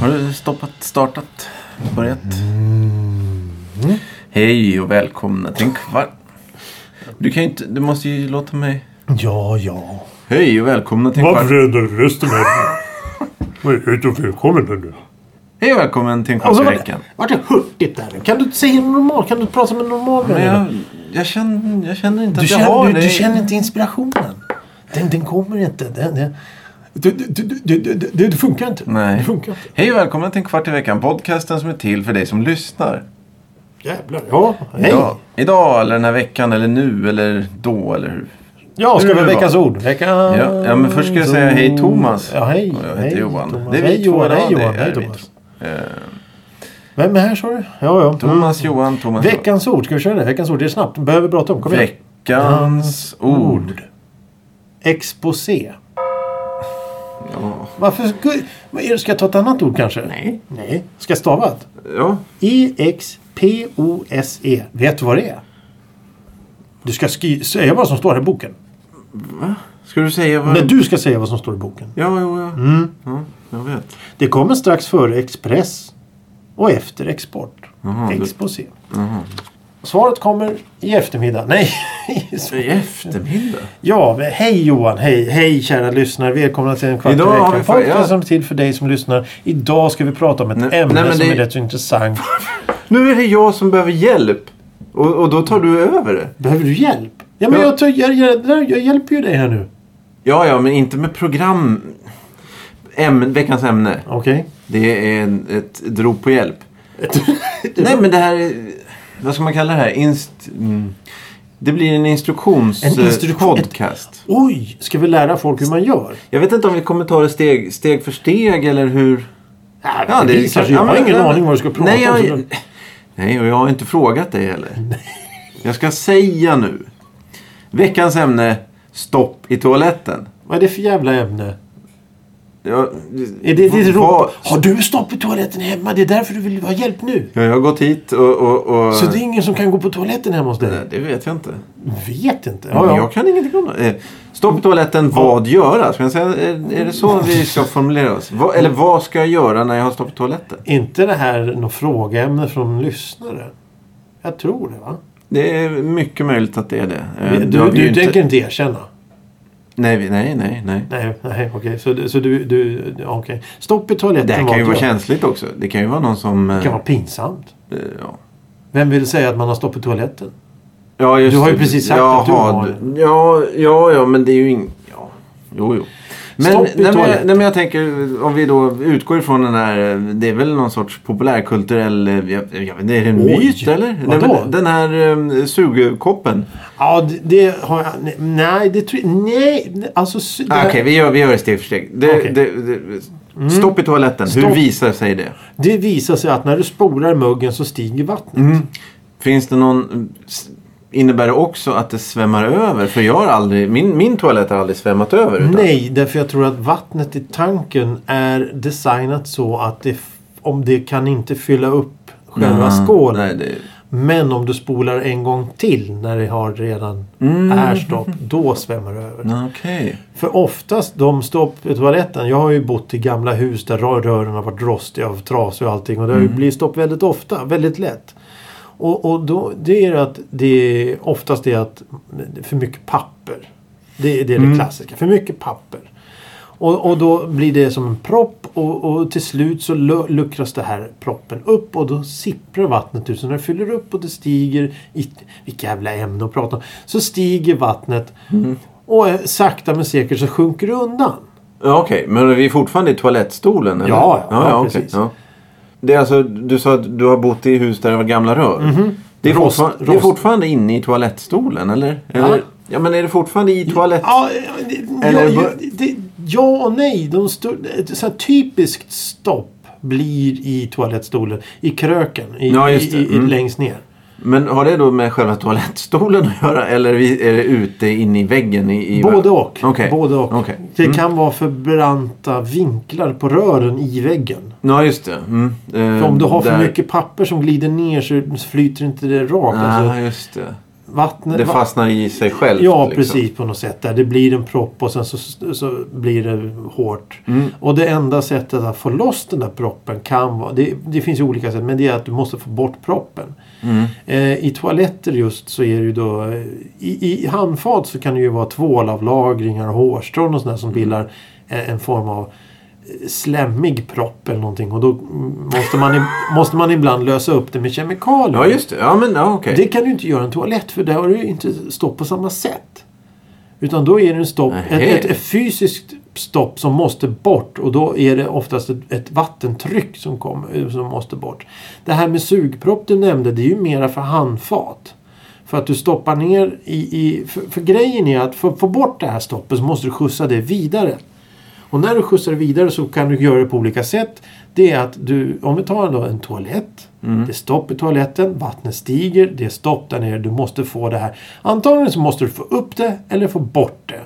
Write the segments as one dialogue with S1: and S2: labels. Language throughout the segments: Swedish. S1: Har du stoppat, startat, börjat?
S2: Mm.
S1: Hej och välkomna till en kvart. Du kan ju inte, du måste ju låta mig.
S2: Ja, ja.
S1: Hej och välkomna till en kvart.
S2: Varför ändrar du rösten här? Vad är det för välkommen här nu?
S1: Hej och välkommen till en kvart
S2: Alltså,
S1: i
S2: vart det,
S1: veckan.
S2: vart det hurtigt där? Kan du inte säga normalt? Kan du inte prata med normal
S1: Men
S2: människa?
S1: jag, jag, känner, jag känner inte
S2: Du
S1: att jag har
S2: känner, du,
S1: det.
S2: du känner inte inspirationen. Den, den kommer inte. Den, den, du, du, du, du, du, du, det funkar inte.
S1: Nej.
S2: Det funkar inte.
S1: Hej och välkomna till en kvart i veckan. Podcasten som är till för dig som lyssnar.
S2: Jävlar. Ja, hej.
S1: Ja,
S2: Ja,
S1: idag eller den här veckan eller nu eller då eller hur.
S2: ska vi
S1: Hur var?
S2: veckans ord? Veckans
S1: Ja, ja, men först ska jag säga hej Thomas.
S2: Ja, hej.
S1: Och jag heter
S2: hej,
S1: Johan.
S2: Thomas.
S1: Det är vi
S2: hej,
S1: två
S2: Johan.
S1: idag,
S2: Hej,
S1: det
S2: Johan.
S1: är
S2: Hej,
S1: vi
S2: Thomas. Eh. Vem är här sa du? Ja, ja.
S1: Thomas, Johan, Thomas. Johan.
S2: Mm. Veckans ord. Ska vi köra det? Veckans ord. Det är snabbt. Behöver prata om. Kom igen.
S1: Veckans ord.
S2: Exposé.
S1: Ja.
S2: Varför skulle... Vad är det- Ska jag ta ett annat ord kanske?
S1: Nej.
S2: Nej. Ska jag stava det?
S1: ja.
S2: E-X-P-O-S-E. E. Vet du vad det är? Du ska skri- säga vad som står här i boken.
S1: Mm. Ska du säga vad...
S2: Nej, du ska säga vad som står i boken.
S1: Ja, jo, ja. Mm. ja. Jag vet.
S2: Det kommer strax före Express och efter Export.
S1: Jaha, du-
S2: Exposé.
S1: Mm.
S2: Svaret kommer i eftermiddag. Nej.
S1: I eftermiddag?
S2: ja, men hej Johan. Hej, hej kära lyssnare. Välkomna till en kvart i
S1: Idag har
S2: veckan.
S1: vi för- ja.
S2: Podcasten som är till för dig som lyssnar. Idag ska vi prata om ett
S1: Nej,
S2: ämne
S1: nej, men
S2: som
S1: det-
S2: är rätt så intressant.
S1: Nu är det jag som behöver hjälp. Och, och då tar du över det.
S2: Behöver du hjälp? Ja, men
S1: Ja.
S2: Jag, tar, jag, jag, jag, jag hjälper ju dig här nu.
S1: Ja, ja, men inte med program... Äm... Veckans ämne.
S2: Okej.
S1: Det är en, ett, ett rop på hjälp. Nej, men det här är... Vad ska man kalla det här? Inst... mm. Det blir en instruktions... eh,
S2: En instruktion- ett-
S1: Podcast.
S2: Oj, ska vi lära folk hur man gör?
S1: Jag vet inte om vi kommer ta det steg, steg för steg eller hur...
S2: Ja, det visar sig. Jag har
S1: men-
S2: ingen
S1: men-
S2: aning vad du ska prata
S1: nej,
S2: om.
S1: jag,
S2: så-
S1: Nej, och jag har inte frågat dig heller. Jag ska säga nu. Veckans ämne, stopp i toaletten.
S2: Vad är det för jävla ämne?
S1: Jag,
S2: Är det ditt
S1: Vad-
S2: rop? Har du stopp i toaletten hemma? Det är därför du vill ha hjälp nu.
S1: Ja, jag har gått hit och... och, och
S2: Så det är ingen som kan gå på toaletten hemma hos
S1: Nej,
S2: dig?
S1: det vet jag inte.
S2: Vet inte.
S1: Men
S2: Ja, ja.
S1: Jag kan ingenting om det. Eh, Stopp i toaletten, vad göra? Ska jag säga, är, är det så vi ska formulera oss? Vad- eller vad ska jag göra när jag har stopp i toaletten?
S2: Inte det här något frågeämne från lyssnare? Jag tror det, va?
S1: Det är mycket möjligt att det är det. Eh,
S2: Du,
S1: det har
S2: du,
S1: vi ju inte-
S2: tänker inte erkänna?
S1: Nej, vi- nej, nej. nej.
S2: Nej, nej, okej. Så, du- så du... du ja, okej. Stopp i toaletten.
S1: Det här kan
S2: vad
S1: ju vara
S2: gör?
S1: känsligt också. Det kan ju vara någon som... eh,
S2: Det kan vara pinsamt.
S1: eh, Ja,
S2: Vem vill säga att man har stopp i toaletten?
S1: ja just
S2: Du har ju
S1: det.
S2: precis sagt
S1: Jaha,
S2: att du har
S1: du- Ja, ja, ja, men det är ju ing... Ja, jo, jo. Men,
S2: Stopp i
S1: nej, men, jag,
S2: toaletten.
S1: nej, men jag tänker, om vi då utgår ifrån den här, eh, det är väl någon sorts populärkulturell, eh, jag, jag vet inte, är det en
S2: Oj,
S1: myt eller? Nej,
S2: vadå?
S1: men Den här eh, sugkoppen.
S2: Ja, det, det har jag... nej, Nej, det tror jag... Nej, alltså... sy- Det,
S1: Ah, Okej,
S2: här-
S1: vi, gör, vi gör det steg för steg. Det,
S2: Okej.
S1: det, det, stopp i toaletten, hur
S2: Stopp.
S1: visar sig det?
S2: det visar sig att när du spolar muggen så stiger vattnet.
S1: Mm. Finns det någon... Innebär det också att det svämmar över? För jag har aldrig... Min, min toalett har aldrig svämmat över. Utan,
S2: Nej, därför jag tror att vattnet i tanken är designat så att det, f- om det kan inte fylla upp själva skålen.
S1: Mm, Ah, Nej, det,
S2: Men om du spolar en gång till när det har redan är stopp, då svämmar det över.
S1: nej, okej.
S2: För oftast de stopp i toaletten. Jag har ju bott i gamla hus där rö- rören har varit rostiga och trasiga och allting. Och det har ju blivit stopp väldigt ofta, väldigt lätt. Och, och då, det är att det är oftast det att det är för mycket papper. Det, är- det är det klassiska. För mycket papper. Och, och då blir det som en propp och, och till slut så lu- luckras det här proppen upp och då sipprar vattnet ut. Så när det fyller upp och det stiger, i, vilka jävla ämne att prata om, så stiger vattnet
S1: Mm.
S2: och eh, sakta men säkert så sjunker det undan.
S1: Ja, okej. Men är vi fortfarande i toalettstolen? Eller?
S2: Ja, ja, ja,
S1: okej,
S2: precis.
S1: Det är alltså, du sa att du har bott i hus där det var gamla rör. Det, är
S2: Mhm. Rost-
S1: fortfar- det är
S2: rost.
S1: fortfarande inne i toalettstolen, eller? eller?
S2: Ja.
S1: Ja. men är det fortfarande i toalett...
S2: Ja, eh, det-
S1: Eller
S2: ja,
S1: bör-
S2: ju- det, ja och nej. De sto- ett så här typiskt stopp blir i toalettstolen, i kröken, i,
S1: Ja, just det.
S2: i, i,
S1: Mm.
S2: längst ner.
S1: Men har det då med själva toalettstolen att göra eller är det ute inne i väggen? I, i
S2: Både och.
S1: Okej.
S2: Både och.
S1: Okej. Mm.
S2: Det kan vara för branta vinklar på rören i väggen.
S1: Ja, just det. Mm. Eh,
S2: För om du har för
S1: där-
S2: mycket papper som glider ner så flyter inte det rakt.
S1: Ah,
S2: Alltså,
S1: just det.
S2: vattnet,
S1: Det
S2: va-
S1: fastnar i sig självt.
S2: Ja,
S1: liksom.
S2: precis på något sätt. Där. Det blir en propp och sen så, så blir det hårt.
S1: Mm.
S2: Och det enda sättet att få loss den där proppen kan vara... Det, det finns ju olika sätt, men det är att du måste få bort proppen.
S1: Mm.
S2: Eh, I toaletter just så är det ju då... eh, I, I handfat så kan det ju vara tvålavlagringar och hårstrån och sånt där som
S1: Mm.
S2: bildar eh, en form av eh, slemmig propp eller någonting. Och då mm, måste man, i- måste man ibland lösa upp det med kemikalier.
S1: Ja, just det. Ja, men ja, okej.
S2: Det kan du inte göra i en toalett för där har du ju inte stopp på samma sätt. Utan då är det en stopp, ett,
S1: Nähä.
S2: ett, ett fysiskt stopp som måste bort och då är det oftast ett, ett vattentryck som, kommer, som måste bort. Det här med sugpropp du nämnde det är ju mera för handfat. För att du stoppar ner i... i för, för grejen är att för att få bort det här stoppet så måste du skjutsa det vidare. Och när du skjutsar det vidare så kan du göra det på olika sätt. Det är att du, om vi tar då en toalett. Det är stopp i toaletten, vattnet stiger, det är stopp där nere. Du måste få det här. Antagligen så måste du få upp det eller få bort det.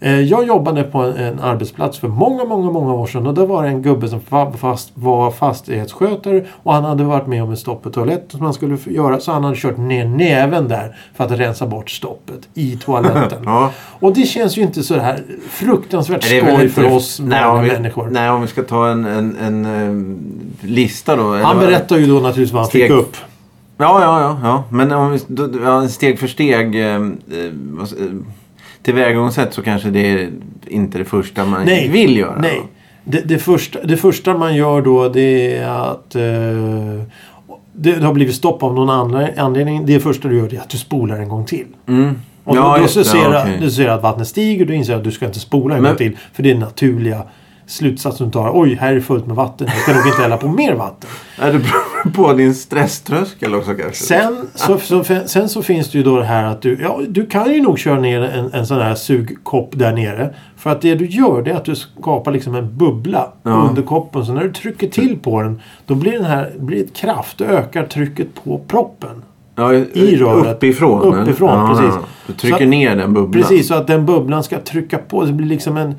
S2: Eh, Jag jobbade på en, en arbetsplats för många, många, många år sedan och där var det en gubbe som fa- fast, var fastighetsskötare och han hade varit med om en stopp på toaletten som han skulle få göra så han hade kört ner näven där för att rensa bort stoppet i toaletten.
S1: Ja.
S2: Och det känns ju inte så här fruktansvärt
S1: Nej, det är väl
S2: skoj
S1: inte-
S2: för oss vanliga
S1: om vi,
S2: människor.
S1: Nej, om vi ska ta en, en, en eh, lista då. eller
S2: Han
S1: vad-
S2: berättar ju då naturligtvis vad han
S1: Steg.
S2: fick upp.
S1: Ja, ja, ja. ja. Men om vi, då, då- ja, steg för steg eh, eh, vad- eh, tillvägagångssätt så kanske det är inte det första man
S2: Nej.
S1: vill göra.
S2: Nej. Det, det, första, det första man gör då det är att eh, det, det har blivit stopp av någon annan anledning. Det första du gör det är att du spolar en gång till.
S1: Mm.
S2: Och
S1: ja,
S2: då, då
S1: just
S2: så
S1: det,
S2: ser
S1: ja,
S2: du-
S1: okej.
S2: du ser att vattnet stiger du inser att du ska inte spola en
S1: Men-
S2: gång till. För det är den naturliga slutsatsen du tar. Oj, här är fullt med vatten. Jag ska nog inte hälla på mer vatten.
S1: Är det beror på din stresströskel också kanske?
S2: Sen så, så, sen så finns det ju då det här att du, ja, du kan ju nog köra ner en, en sån här sugkopp där nere. För att det du gör det är att du skapar liksom en bubbla
S1: Ja.
S2: under koppen. Så när du trycker till på den då blir den här blir ett kraft. Då ökar trycket på proppen.
S1: ja,
S2: i röret.
S1: Uppifrån? eller?
S2: Uppifrån,
S1: ja,
S2: precis.
S1: ja. Du trycker
S2: Så-
S1: ner den bubblan?
S2: Precis, så att den bubblan ska trycka på. Det blir liksom en,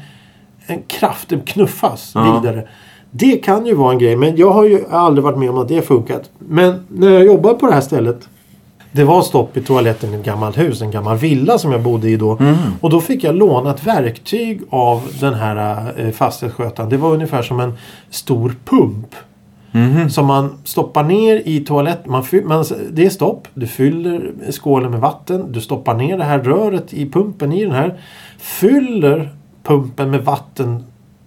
S2: en kraft. Den knuffas
S1: Ja.
S2: vidare. Det kan ju vara en grej, men jag har ju aldrig varit med om att det funkat. Men när jag jobbade på det här stället. Det var stopp i toaletten i ett gammalt hus, en gammal villa som jag bodde i då.
S1: Mm.
S2: Och då fick jag låna ett verktyg av den här eh, fastighetsskötaren. Det var ungefär som en stor pump. Mm-hmm. Som man stoppar ner i toaletten. Man fy- man, det är stopp. Du fyller skålen med vatten. Du stoppar ner det här röret i pumpen i den här. Fyller pumpen med vatten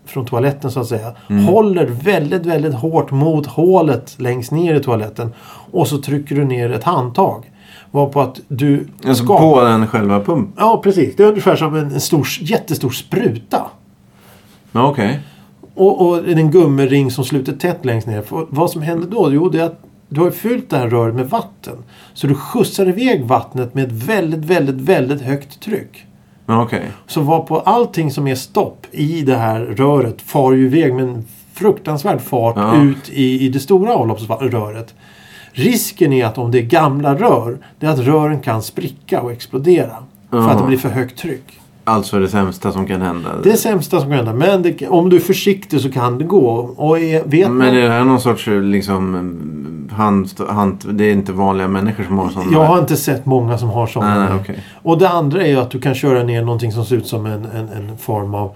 S2: från toaletten så att säga. Håller väldigt, väldigt hårt mot hålet längst ner i toaletten. Och så trycker du ner ett handtag. Varpå att du
S1: Alltså
S2: skapar-
S1: på den själva pumpen?
S2: Ja, precis. Det är ungefär som en, en stor, jättestor spruta.
S1: Ja, okej.
S2: Och, och en gummiring som sluter tätt längst ner. För vad som händer då? Jo, det är att du har ju fyllt det här röret med vatten. Så du skjutsar iväg vattnet med ett väldigt, väldigt, väldigt högt tryck.
S1: Ja, okej.
S2: Så var på allting som är stopp i det här röret far ju iväg med en fruktansvärd fart
S1: Ja.
S2: ut i, i det stora avloppsröret. Risken är att om det är gamla rör, det är att rören kan spricka och explodera. För att det
S1: Ja.
S2: blir för högt tryck.
S1: Alltså det sämsta som kan hända.
S2: Det är sämsta som kan hända. Men det, om du är försiktig så kan det gå. Och är, vet
S1: Men
S2: man,
S1: är det här någon sorts liksom mm, hand, hand, det är inte vanliga människor som har sådana?
S2: jag har inte sett många som har sådana.
S1: Nej, nej, Ah, okej.
S2: Och det andra är ju att du kan köra ner någonting som ser ut som en, en, en form av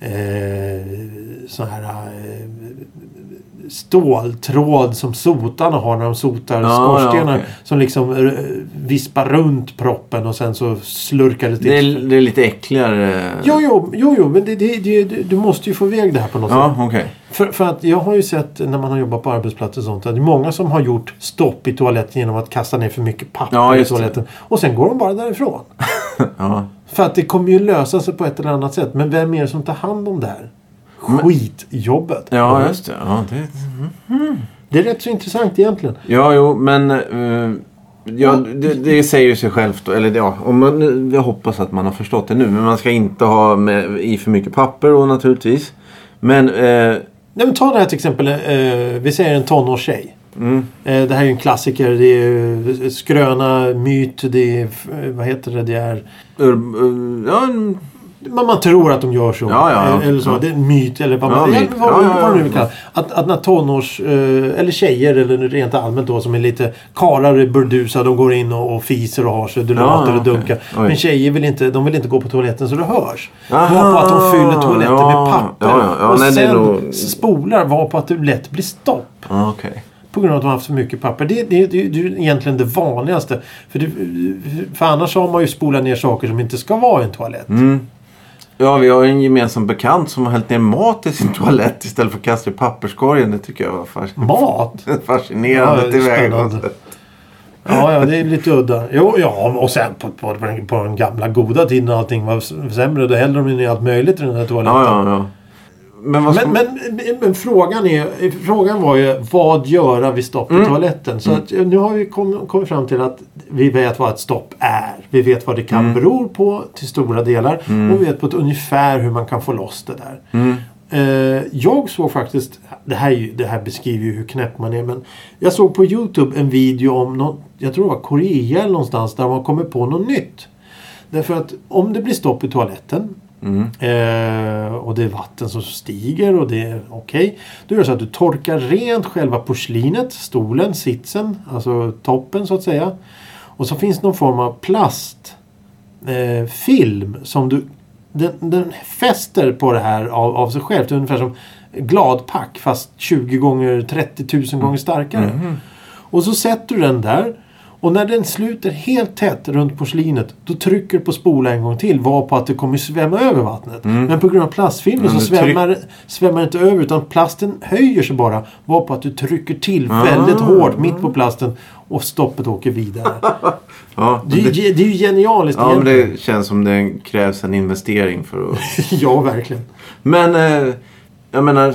S2: eh, sån här eh, ståltråd som sotarna har när de sotar
S1: Ah, Ja,
S2: skorstenar.
S1: ja, okej.
S2: Som liksom eh, vispar runt proppen och sen så slurkar det till.
S1: Det är, det är lite äckligare.
S2: Jo, jo, jo, jo, men det, det, det, du måste ju få iväg det här på något sätt.
S1: Ja, okej.
S2: För, för att jag har ju sett när man har jobbat på arbetsplatser och sånt att det är många som har gjort stopp i toaletten genom att kasta ner för mycket papper
S1: Ja,
S2: i
S1: just det.
S2: toaletten. Och sen går de bara därifrån.
S1: Ja.
S2: För att det kommer ju lösa sig på ett eller annat sätt. Men vem är det som tar hand om det här? Skitjobbet.
S1: ja, just det. Ja, det...
S2: Det är rätt så intressant egentligen.
S1: ja jo, men... eh, ja, det, det säger ju sig självt. då. Eller ja, om man, nu- jag hoppas att man har förstått det nu. Men man ska inte ha med, i för mycket papper då naturligtvis. Men... Eh,
S2: Nej, men ta det här till exempel. Eh, vi säger en tonårstjej.
S1: Mm.
S2: Eh, Det här är ju en klassiker. Det är ju skröna, myt, det är... f- Vad heter det? Det är...
S1: Ur- ur- Ja, en-
S2: Man, man tror att de gör så. Eh,
S1: Ja, ja, ja.
S2: Eller så.
S1: Ja.
S2: Det är en myt eller vad
S1: Ja,
S2: man
S1: myt.
S2: vad,
S1: Ja, ja,
S2: vad man nu
S1: ja.
S2: kallar att, att när tonårs... eh, Eller tjejer eller rent allmänt då som är lite karlare, burdusa. De går in och, och fiser och har sig. Du
S1: Ja,
S2: låter och
S1: okej.
S2: dunkar.
S1: Oj.
S2: Men tjejer vill inte, de vill inte gå på toaletten så det hörs.
S1: Aha,
S2: Var på att de fyller toaletten
S1: ja,
S2: med papper.
S1: ja, ja, ja,
S2: och
S1: nej, det är
S2: sen
S1: nog-
S2: spolar var på att det lätt blir stopp.
S1: ja, okej.
S2: På grund av att de har haft för mycket papper. Det, det, det, det är ju egentligen det vanligaste. För, det, för annars har man ju spolat ner saker som inte ska vara i en toalett.
S1: Mm. Ja, vi har en gemensam bekant som har hällt ner mat i sin toalett istället för att kasta i papperskorgen. Det tycker jag var fasc-
S2: Mat!
S1: fascinerande
S2: Ja, det är
S1: tillvägagångssätt.
S2: spännande. Ja, ja, det är lite udda. Jo, ja, och sen på, på, på den- på den gamla goda tiden när allting var s- sämre. Då hällde de ju ner allt möjligt i den här toaletten.
S1: Ja, ja, ja. Men vad ska...
S2: Men, men, men frågan, är, frågan var ju vad göra vid stopp
S1: Mm.
S2: i toaletten. Så att, eh, nu har vi kom, kommit fram till att vi vet vad ett stopp är. Vi vet vad det kan
S1: Mm.
S2: bero på till stora delar. Och vi vet på ett ungefär hur man kan få loss det där.
S1: Mm.
S2: Eh, jag såg faktiskt, det här, är ju- det här beskriver ju hur knäpp man är. Men jag såg på Youtube en video om, någon, jag tror det var Korea eller någonstans, där man kommer på något nytt. Därför att om det blir stopp i toaletten eh, och det är vatten som stiger och det är okej. då är det så att du torkar rent själva porslinet, stolen, sitsen, alltså toppen så att säga. Och så finns det någon form av plastfilm eh, film som du den, den fäster på det här av, av sig själv. Det är ungefär som gladpack fast 20 gånger 30 000 gånger starkare. Och så sätter du den där. Och när den sluter helt tätt runt porslinet då trycker du på spola en gång till var på att det kommer svämma över vattnet. Men på grund av plastfilmen
S1: Men
S2: så
S1: Mm. du tryck-
S2: svämmar, svämmar det inte över utan plasten höjer sig bara. Var på att du trycker till
S1: Ah.
S2: väldigt hårt mitt på plasten och stoppet åker vidare.
S1: Ja,
S2: Det, är
S1: det...
S2: ju- det är ju genialiskt
S1: ja, men
S2: egentligen.
S1: det känns som det krävs en investering för att...
S2: Ja, verkligen.
S1: Men eh, jag menar,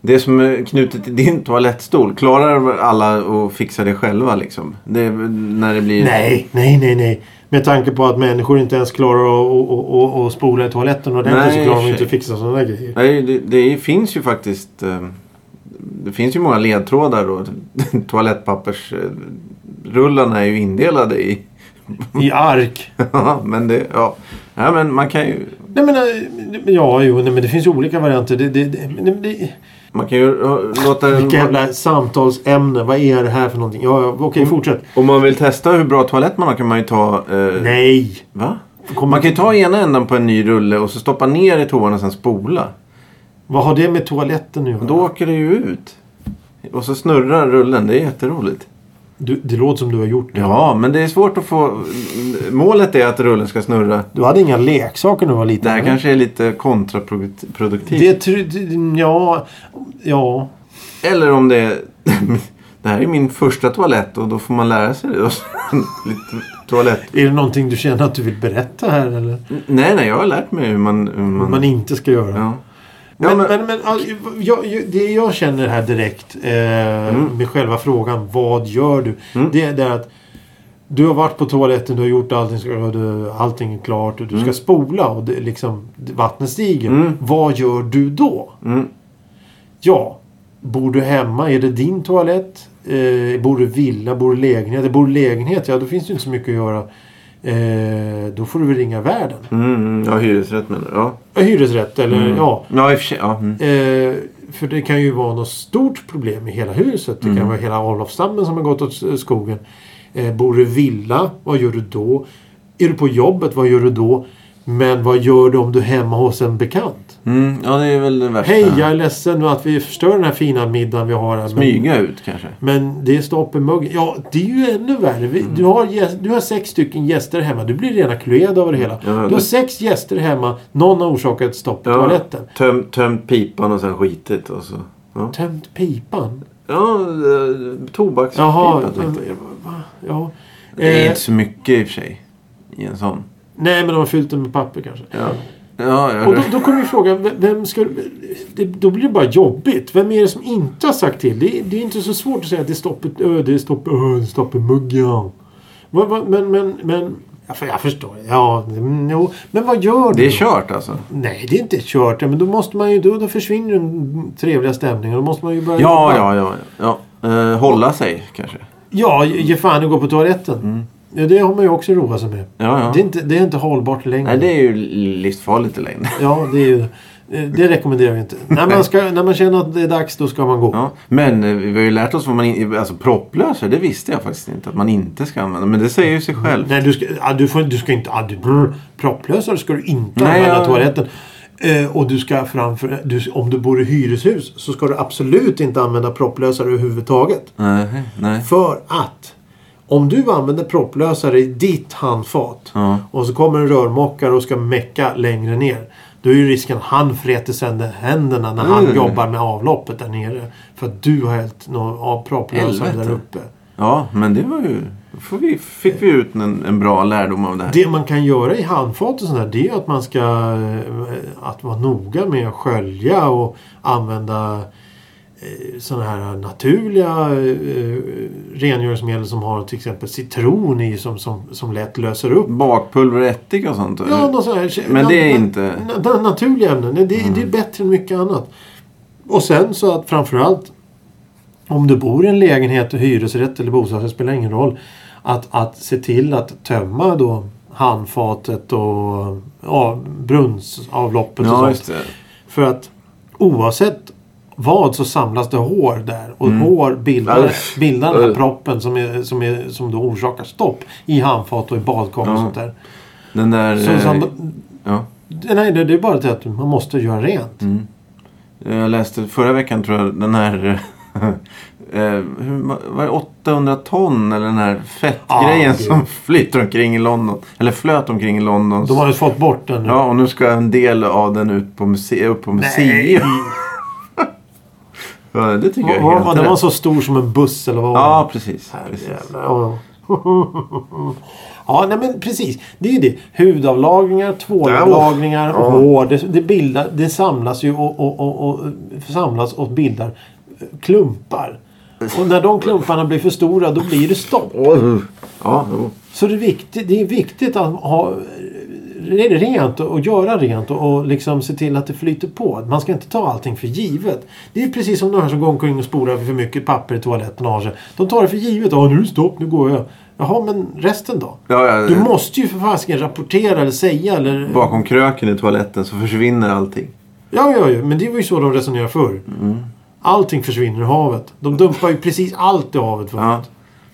S1: det som är knutet till din toalettstol, klarar alla att fixa det själva liksom? Det, är när det blir...
S2: Nej, nej, nej, nej. Med tanke på att människor inte ens klarar att- att- att- att- att spola i toaletten ordentligt
S1: Nej,
S2: så klarar de
S1: tjej.
S2: inte att fixa sådana där grejer.
S1: Nej, det, det finns ju faktiskt... Eh, det finns ju många ledtrådar då. Toalettpappersrullarna är ju indelade i...
S2: I ark.
S1: Ja, men det... Ja. ja, men man kan ju...
S2: Nej men, eh, ja, jo, nej, men det finns ju olika varianter. Det, det, det, men det, det,
S1: Man kan ju eh, låta den...
S2: vilka jävla samtalsämnen. Vad är det här för någonting? Ja, ja, okej, fortsätt.
S1: Om man vill testa hur bra toalett man har kan man ju ta... Eh,
S2: Nej!
S1: Va?
S2: Kom,
S1: Man kan ju ta ena änden på en ny rulle och så stoppa ner i toan och sen spola.
S2: Vad har det med toaletten nu?
S1: Då åker det ju ut. Och så snurrar rullen. Det är jätteroligt.
S2: Du, det låter som du har gjort det.
S1: Ja, men det är svårt att få... Målet är att rullen ska snurra.
S2: Du hade inga leksaker när du var liten?
S1: Det här
S2: eller?
S1: kanske är lite kontraproduktivt.
S2: Det tror... det- Ja... Ja...
S1: Eller om det är... Det här är min första toalett och då får man lära sig det. Och sen lite toalett.
S2: Är det någonting du känner att du vill berätta här eller?
S1: Nej, nej, jag har lärt mig hur man... Hur man,
S2: Man inte ska göra?
S1: ja. Ja,
S2: Men,
S1: men,
S2: men, men alltså, jag, jag, det jag känner här direkt eh,
S1: Mm.
S2: med själva frågan vad gör du? Det är det att du har varit på toaletten, du har gjort allting, ska- och du- allting är klart och du
S1: Mm.
S2: ska spola och det, är liksom, vattnet stiger. Vad gör du då?
S1: Mm.
S2: Ja, bor du hemma? Är det din toalett? Eh, bor du villa? Bor du lägenhet? Bor du lägenhet? Ja, då finns det ju inte så mycket att göra. Eh, då får du väl ringa värden. Eh,
S1: mm, mm, ja, hyresrätt menar du? Ja.
S2: Hyresrätt eller
S1: Mm.
S2: ja.
S1: ja, i och för sig. Ja, mm.
S2: Eh, för det kan ju vara något stort problem i hela huset. Det
S1: Mm.
S2: kan vara hela Adolfstammen som har gått åt eh, skogen. Eh, bor du i villa? Vad gör du då? Är du på jobbet? Vad gör du då? Men vad gör du om du är hemma hos en bekant?
S1: Mm, ja, det är väl det värsta.
S2: Hej, jag är ledsen att vi förstör den här fina middagen vi har här. Men,
S1: Smyga ut kanske.
S2: men det är stopp i muggen. Ja, det är ju ännu värre. Vi,
S1: Mm.
S2: du, har, gäst- du har sex stycken gäster hemma. Du blir rena Cluedo över det hela.
S1: Ja,
S2: du har
S1: det-
S2: sex gäster hemma. Någon har orsakat stopp i toaletten.
S1: Töm, tömt pipan och sen skitit och så. Ja,
S2: Tömt pipan.
S1: ja eh, tobakspipa
S2: Jaha,
S1: tänkte jag.
S2: va? ja.
S1: Det är
S2: Eh,
S1: inte så mycket i och för sig. I en sån.
S2: nej, men de har fyllt den med papper kanske.
S1: Ja. Ja, ja,
S2: Och då,
S1: ja.
S2: då kommer ju frågan, v- vem ska, det, då blir det bara jobbigt. Vem är det som inte har sagt till? Det, är- det är inte så svårt att säga att det är stoppet, ö, det är stoppet, ö, det är stoppet muggen. Vad- vad- Men, men, men. Ja, för jag förstår. Ja, mm, jo. Men vad gör
S1: Det
S2: du?
S1: är kört alltså.
S2: Nej, det är inte kört. Ja, Men då måste man ju, då, då försvinner den trevliga stämningen. Då måste man ju börja
S1: Ja,
S2: jobba.
S1: ja, ja. ja. Eh, hålla sig kanske.
S2: Ja, ge ge fan och gå på toaletten. Ja, det har man ju också roat sig med.
S1: Mm. Ja, ja.
S2: Det, är inte, det är inte hållbart längre.
S1: Nej, det är ju livsfarligt i längden.
S2: Ja, det är ju... eh, Det rekommenderar vi inte. När man, ska, när man känner att det är dags, då ska man gå.
S1: Ja, men eh, vi har ju lärt oss vad man in, alltså propplösare, det visste jag faktiskt inte att man inte ska använda. Men det säger ju sig själv.
S2: Nej, du ska, ja, du får, du ska inte... Ja, du, brr, propplösare ska du inte
S1: Nej,
S2: använda
S1: ja.
S2: toaletten. Eh, och du ska framför... Du, om du bor i hyreshus så ska du absolut inte använda propplösare överhuvudtaget.
S1: Nej, nej.
S2: För att om du använder propplösare i ditt handfat
S1: Ja.
S2: och så kommer en rörmokare och ska mecka längre ner. Då är ju risken att han fräter sönder händerna när han
S1: Mm.
S2: jobbar med avloppet där nere. För att du har hällt någon av propplösare
S1: Helvete.
S2: där uppe.
S1: Ja, men det var ju... då Får vi, fick vi ut en, en bra lärdom av det här.
S2: Det man kan göra i handfat och sånt där, det är ju att man ska eh, att vara noga med att skölja och använda eh, sådana här naturliga eh, rengöringsmedel som har till exempel citron i som, som, som lätt löser upp.
S1: Bakpulver, ättika och sånt.
S2: Ja, någon sån här,
S1: Mm. Men det är
S2: na-
S1: inte- Mm.
S2: Na, na, naturliga ämnen, det, det, det är bättre än mycket annat. Och sen så att framförallt om du bor i en lägenhet, hyresrätt eller bostadsrätt spelar ingen roll. Att, att se till att tömma då handfatet och ja, brunnsavloppet och
S1: ja
S2: sånt.
S1: just det.
S2: För att oavsett vad så samlas det hår där och
S1: Mm.
S2: hår bildar,
S1: Uff.
S2: bildar den här
S1: Uff.
S2: proppen som, är, som, är, som då orsakar stopp i handfat och i badkar och
S1: Ja.
S2: sånt där.
S1: Den där...
S2: Så,
S1: eh,
S2: som,
S1: ja.
S2: det- Nej, det, det är bara det att man måste göra rent.
S1: Mm. Eh, Jag läste förra veckan tror jag den här... eh, hur, ma- var det 800 ton eller den här fettgrejen
S2: Ah, gud.
S1: som flyter omkring i London. Eller flöt omkring i London.
S2: De har ju fått bort den nu.
S1: Ja, och nu ska en del av den ut på muse- upp på museum. Ja, det tycker jag är
S2: Var,
S1: helt
S2: var, den
S1: rätt.
S2: var så stor som en buss eller vad var den?
S1: Ja, precis. precis.
S2: Herrejävlar, ja. Ja, nej men precis. Det är ju det. Hudavlagringar, tvålavlagringar och
S1: Ja.
S2: hår. Det, det, bildar, det samlas ju och, och, och, och samlas och bildar eh, klumpar. Och när de klumparna blir för stora då blir det stopp.
S1: Åh, Ja, jo.
S2: Så det är viktigt, det är viktigt att ha eh, rent och och göra rent och, och liksom se till att det flyter på. Man ska inte ta allting för givet. Det är precis som de här som går omkring och spolar för mycket papper i toaletten och har sig. De tar det för givet. Ja, nu är det stopp, nu går jag. Jaha, men resten då?
S1: Ja, eh. ja,
S2: Du måste ju för fasiken rapportera eller säga eller...
S1: Bakom kröken i toaletten så försvinner allting.
S2: Ja, ja, ja, men det var ju så de resonerade förr.
S1: Mm.
S2: Allting försvinner i havet. De dumpar ju precis allt i havet.
S1: Ja.
S2: Ja.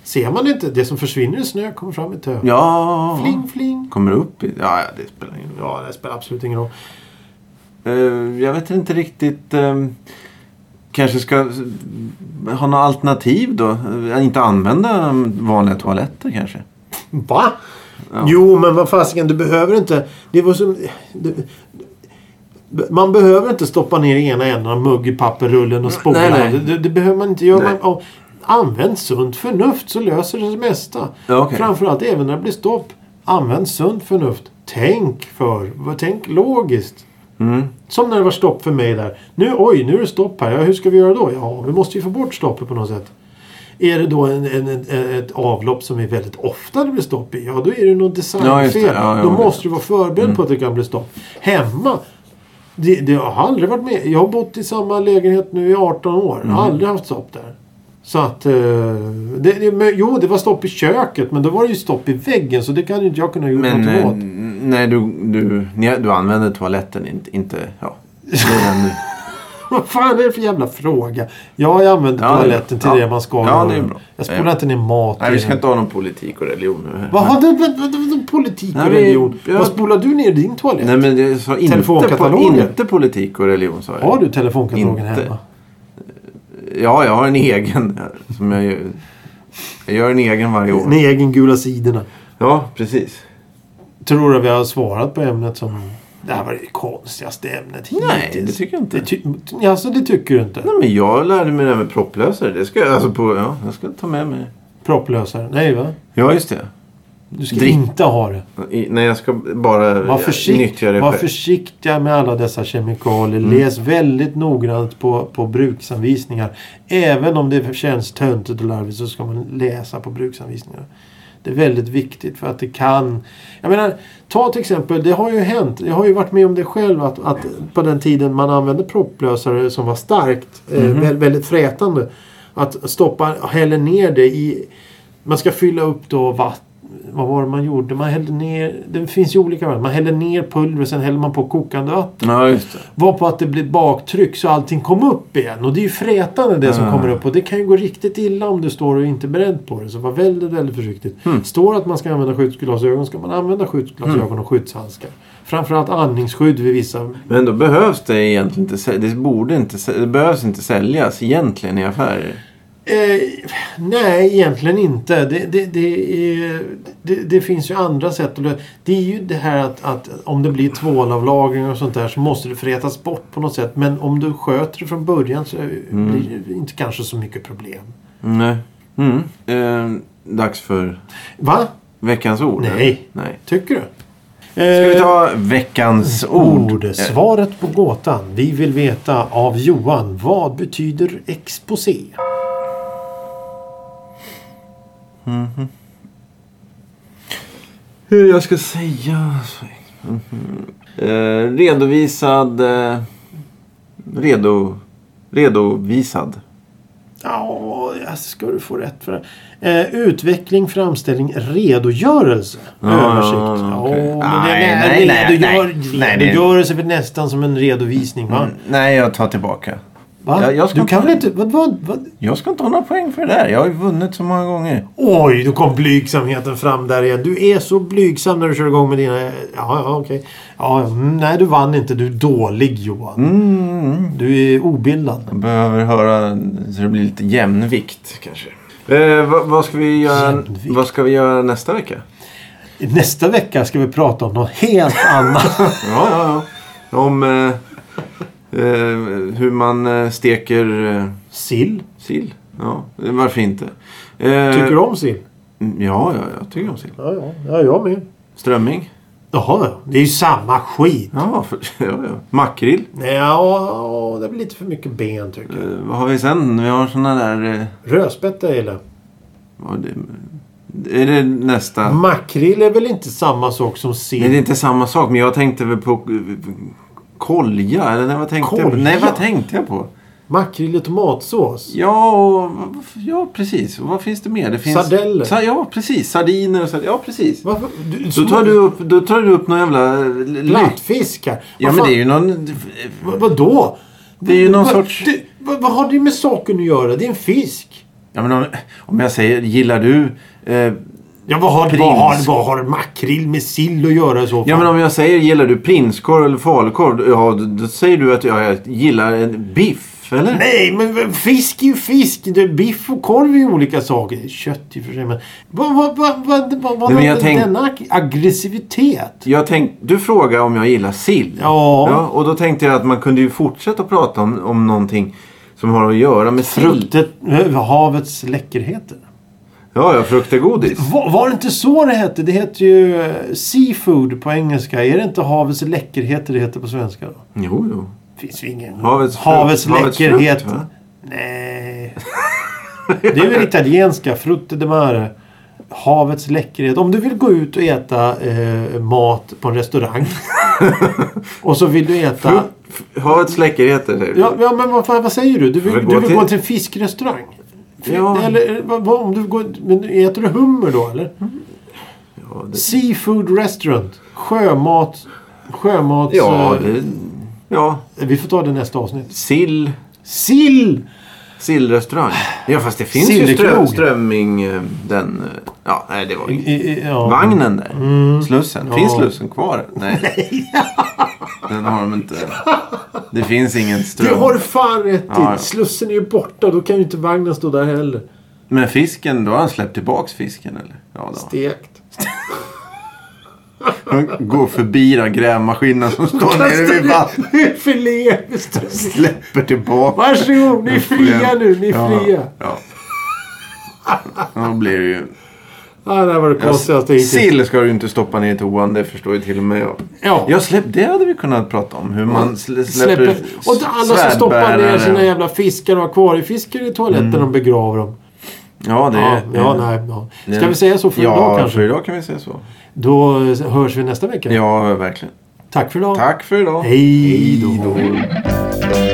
S2: Ser man inte? Det som försvinner i snö kommer fram i tö.
S1: Ja.
S2: Fling, fling.
S1: Kommer upp i... Ja, ja, det spelar ingen roll.
S2: Ja, det spelar absolut ingen roll.
S1: Eh, jag vet inte riktigt. eh, kanske ska eh, ha några alternativ då? Eh, inte använda eh, vanliga toaletter kanske?
S2: Va? Jo, men vad fasiken, du behöver inte... Det var som... Det, man behöver inte stoppa ner i ena änden av mugg-papperrullen och spola.
S1: Nej, nej.
S2: Det, det, det behöver man inte göra.
S1: Nej.
S2: Man, och, använd sunt förnuft så löser det det mesta.
S1: Ja, okej.
S2: Framförallt även när det blir stopp. Använd sunt förnuft. Tänk för. Vad- Tänk logiskt. Som när det var stopp för mig där. Nu, oj, nu är det stopp här. Ja, hur ska vi göra då? Ja, vi måste ju få bort stoppet på något sätt. Är det då en, en, en, ett avlopp som är väldigt ofta det blir stopp i? Ja, då är det något
S1: Ja, just
S2: designfel.
S1: det. Ja, Mm. ja,
S2: då
S1: det-
S2: måste du vara förberedd på att det kan bli stopp. Hemma det, det har aldrig varit med. Jag har bott i samma lägenhet nu i 18 år. Jag
S1: Mm.
S2: har aldrig haft stopp där. Så att... eh, Det, det, men, jo, det var stopp i köket men då var det ju stopp i väggen så det kan ju inte jag kunna göra
S1: Men
S2: något
S1: eh,
S2: åt.
S1: n- nej, du, du, ni, du använder toaletten inte... inte ja. Det är den du-
S2: Vad fan är det för jävla fråga? Ja, jag använder
S1: Ja, det-
S2: toaletten till
S1: ja.
S2: det man ska
S1: Ja,
S2: göra.
S1: det är bra.
S2: Jag spolar inte ner mat
S1: nej,
S2: i
S1: vi ska
S2: den.
S1: inte ha någon politik och religion nu. här.
S2: Vad har det med politik och
S1: Nej, vi-
S2: religion?
S1: jag-
S2: Vad spolar du ner i din toalett?
S1: Nej, men jag sa inte, po-
S2: Telefonkataloger.
S1: inte politik och religion sa jag.
S2: har du telefonkatalogen
S1: Inte.
S2: hemma?
S1: Ja, jag har en egen. Som jag, gör- jag gör en egen varje år.
S2: Med egen gula sidorna.
S1: Ja, precis.
S2: Tror du att vi har svarat på ämnet som... Det här var det konstigaste ämnet
S1: Nej, det tycker jag inte.
S2: Det ty- alltså det tycker du inte?
S1: Nej, men jag lärde mig det här med propplösare. Det ska jag, alltså på, ja, jag ska ta med mig.
S2: Propplösare? Nej va?
S1: Ja, just det.
S2: Du ska
S1: Drick.
S2: inte ha det.
S1: I, nej, jag ska bara eh,
S2: Var,
S1: nyttja
S2: försikt,
S1: det
S2: var
S1: själv. Mm.
S2: försiktiga med alla dessa kemikalier. Läs väldigt noggrant på, på bruksanvisningar. Även om det känns töntigt och larvigt så ska man läsa på bruksanvisningarna. Det är väldigt viktigt för att det kan... Jag menar, ta till exempel, det har ju hänt. Jag har ju varit med om det själv att, att
S1: Mm-hmm.
S2: på den tiden man använde propplösare som var starkt, eh, vä- väldigt frätande. Att stoppa, häller ner det i... Man ska fylla upp då vatten. Vad var det man gjorde? Man hällde ner... Det finns ju olika varianter. Man häller ner pulver, sen häller man på kokande vatten.
S1: Ja, just det.
S2: Var på att det blev baktryck så allting kom upp igen. Och det är ju frätande det som
S1: Ah.
S2: kommer upp. Och det kan ju gå riktigt illa om du står och inte är beredd på det. Så var väldigt, väldigt försiktigt.
S1: Mm.
S2: Står att man ska använda skyddsglasögon ska man använda skyddsglasögon och skyddshandskar. Framförallt andningsskydd vid vissa...
S1: Men då behövs det egentligen inte sälj- Det borde inte sälj- Det behövs inte säljas egentligen i affärer.
S2: Eh, nej, egentligen inte. Det, det, det, är, det, det finns ju andra sätt att lö- Det är ju det här att, att om det blir tvålavlagring och sånt där så måste det frätas bort på något sätt. Men om du sköter det från början så eh,
S1: Mm.
S2: blir det inte kanske så mycket problem.
S1: Nej. Mm. Eh, dags för
S2: Va?
S1: veckans ord.
S2: Nej.
S1: eller? Nej.
S2: Tycker du?
S1: Ska vi ta veckans ord?
S2: Ord. Svaret på gåtan. Vi vill veta av Johan. Vad betyder exposé?
S1: Hur jag ska säga? Mhm. Eh, redovisad... Eh, redo, redovisad.
S2: Ja, jag ska du få rätt för det. Eh, utveckling, framställning, redogörelse.
S1: Ja,
S2: Översikt. Ja,
S1: okej.
S2: men det,
S1: Nej, nej,
S2: nej,
S1: nej,
S2: redogör,
S1: nej. Nej, det-
S2: redogörelse är väl nästan som en redovisning va?
S1: Nej, jag tar tillbaka.
S2: va?
S1: Jag- jag ska
S2: du kan
S1: ta-
S2: väl inte... Vad, vad, vad?
S1: Jag ska inte ha några poäng för det där. Jag har ju vunnit så många gånger.
S2: Oj, då kom blygsamheten fram där igen. Du är så blygsam när du kör igång med dina... Ja, ja okej. Ja, mm, nej, du vann inte. Du är dålig Johan.
S1: Mm,
S2: Du är obildad.
S1: Jag behöver höra så det blir lite jämnvikt kanske. Eh, vad, vad, ska vi göra,
S2: Jämnvikt.
S1: vad ska vi göra nästa vecka?
S2: Nästa vecka ska vi prata om något helt annat.
S1: Ja, ja, ja. Om eh, eh, hur man eh, steker eh,
S2: Sill.
S1: sill. Ja, eh, varför inte? Eh, mm,
S2: Tycker du om sill?
S1: Ja, ja, jag tycker om sill.
S2: Ja, ja. ja jag med.
S1: Strömming?
S2: Jaha, ja. det är ju samma skit.
S1: Ja, för, ja, ja. Makrill?
S2: Ja, det blir lite för mycket ben tycker jag.
S1: Eh, vad har vi sen? Vi har såna där... Eh,
S2: Rödspätta gillar jag.
S1: vad är det, är det nästa?
S2: Makrill är väl inte samma sak som
S1: Nej, det är
S2: sill?
S1: inte samma sak. Men jag tänkte väl på... Kolja? Eller nej, vad tänkte jag på?
S2: Kolja?
S1: Nej, vad tänkte jag på?
S2: Makrill i tomatsås?
S1: Ja, och, ja precis. Och vad finns det mer? Det finns,
S2: Sardeller.
S1: Sa, ja, precis. Sardiner och sardeller. Ja, precis.
S2: Varför? Du,
S1: Då tar du upp, då tar du upp någon jävla... eh, ly-
S2: Plattfisk här.
S1: Ja, men
S2: Vad fan-
S1: det är ju någon... eh,
S2: Vad- Vadå?
S1: Det är ju någon
S2: Vad-
S1: sorts-
S2: det- Vad, vad har det med saken att göra? Det är en fisk.
S1: Ja, men om, om jag säger, gillar du... Eh,
S2: Ja, vad har,
S1: Prins.
S2: vad har, vad har makrill med sill att göra i så fall?
S1: ja, men om jag säger, gillar du prinskorv eller falukorv? Ja, då, då säger du att ja, jag gillar en biff, eller?
S2: Nej, men v- fisk är ju fisk. Det- Biff och korv är ju olika saker. Det är Kött i och för sig, men... Vad, vad, vad, vad, vad, vad
S1: Nej, men
S2: har
S1: jag tänk-
S2: denna ag- aggressivitet?
S1: Jag tänkte, du frågade om jag gillar sill.
S2: Ja.
S1: ja. Och då tänkte jag att man kunde ju fortsätta prata om, om någonting som har att göra med sill.
S2: Fruktet, eh, havets läckerheter.
S1: Ja, ja, frukt är godis.
S2: Va, var det inte så det hette? Det heter ju eh, seafood på engelska. Är det inte havets läckerheter det heter på svenska? Då?
S1: Jo, jo.
S2: Finns ju ingen...
S1: Havets frukt-
S2: havets
S1: havets
S2: läckerhet.
S1: frukt, va?
S2: Nej. Det är väl italienska. Frutte de mare. Havets läckerhet. Om du vill gå ut och äta eh, mat på en restaurang. och så vill du äta...
S1: Frukt- f- Havets läckerheter, säger du.
S2: Ja, ja men vad, fan, vad säger du? Du vill,
S1: Jag vill
S2: du
S1: gå
S2: vill
S1: till-
S2: gå till en fiskrestaurang?
S1: Ja.
S2: Eller vad, vad, om du går... Men äter du hummer då eller?
S1: Mm. Ja, det...
S2: Seafood restaurant. Sjömat. Sjömats...
S1: Ja,
S2: eh,
S1: det... ja,
S2: Vi får ta det i nästa avsnitt.
S1: sill.
S2: Sill!
S1: Sillrestaurang. Ja, fast det finns ju
S2: Sillkrog.
S1: strö, strömming... eh, Den... eh, Ja, nej, det var
S2: I,
S1: inget.
S2: i, ja. Mm.
S1: Vagnen där. Slussen.
S2: Ja.
S1: Finns Slussen kvar? Nej. Den har de inte. Det finns ingen ström.
S2: Det har du fan rätt i.
S1: Ja, ja.
S2: Slussen är ju borta. Då kan ju inte vagnen stå där heller.
S1: Men fisken, då har han släppt tillbaks fisken eller? Ja, då.
S2: Stekt.
S1: Han går förbi den grävmaskinen som står nere vid vattnet.
S2: Filé!
S1: Släpper tillbaka.
S2: Varsågod, ni är fria nu. Ni är
S1: Ja,
S2: fria.
S1: Ja. Då blir det ju...
S2: Ah, det här var det konstigaste hittills.
S1: Sill ska du ju inte stoppa ner i toan, det förstår ju till och med jag.
S2: Ja.
S1: Jag släpp, det hade vi kunnat prata om. Hur man slä- släpper
S2: Släpper. Och alla som stoppar ner
S1: svärdbärare.
S2: sina jävla fiskar och akvariefiskar i toaletten och begraver dem.
S1: Mm. Ja, det
S2: Ja, ja, nej. Ja. Ska vi säga så för idag
S1: Ja,
S2: kanske?
S1: för idag kan vi säga så.
S2: Då eh, hörs vi nästa vecka.
S1: Ja, verkligen.
S2: Tack för idag.
S1: Tack för idag.
S2: Hej då.
S1: Hej då.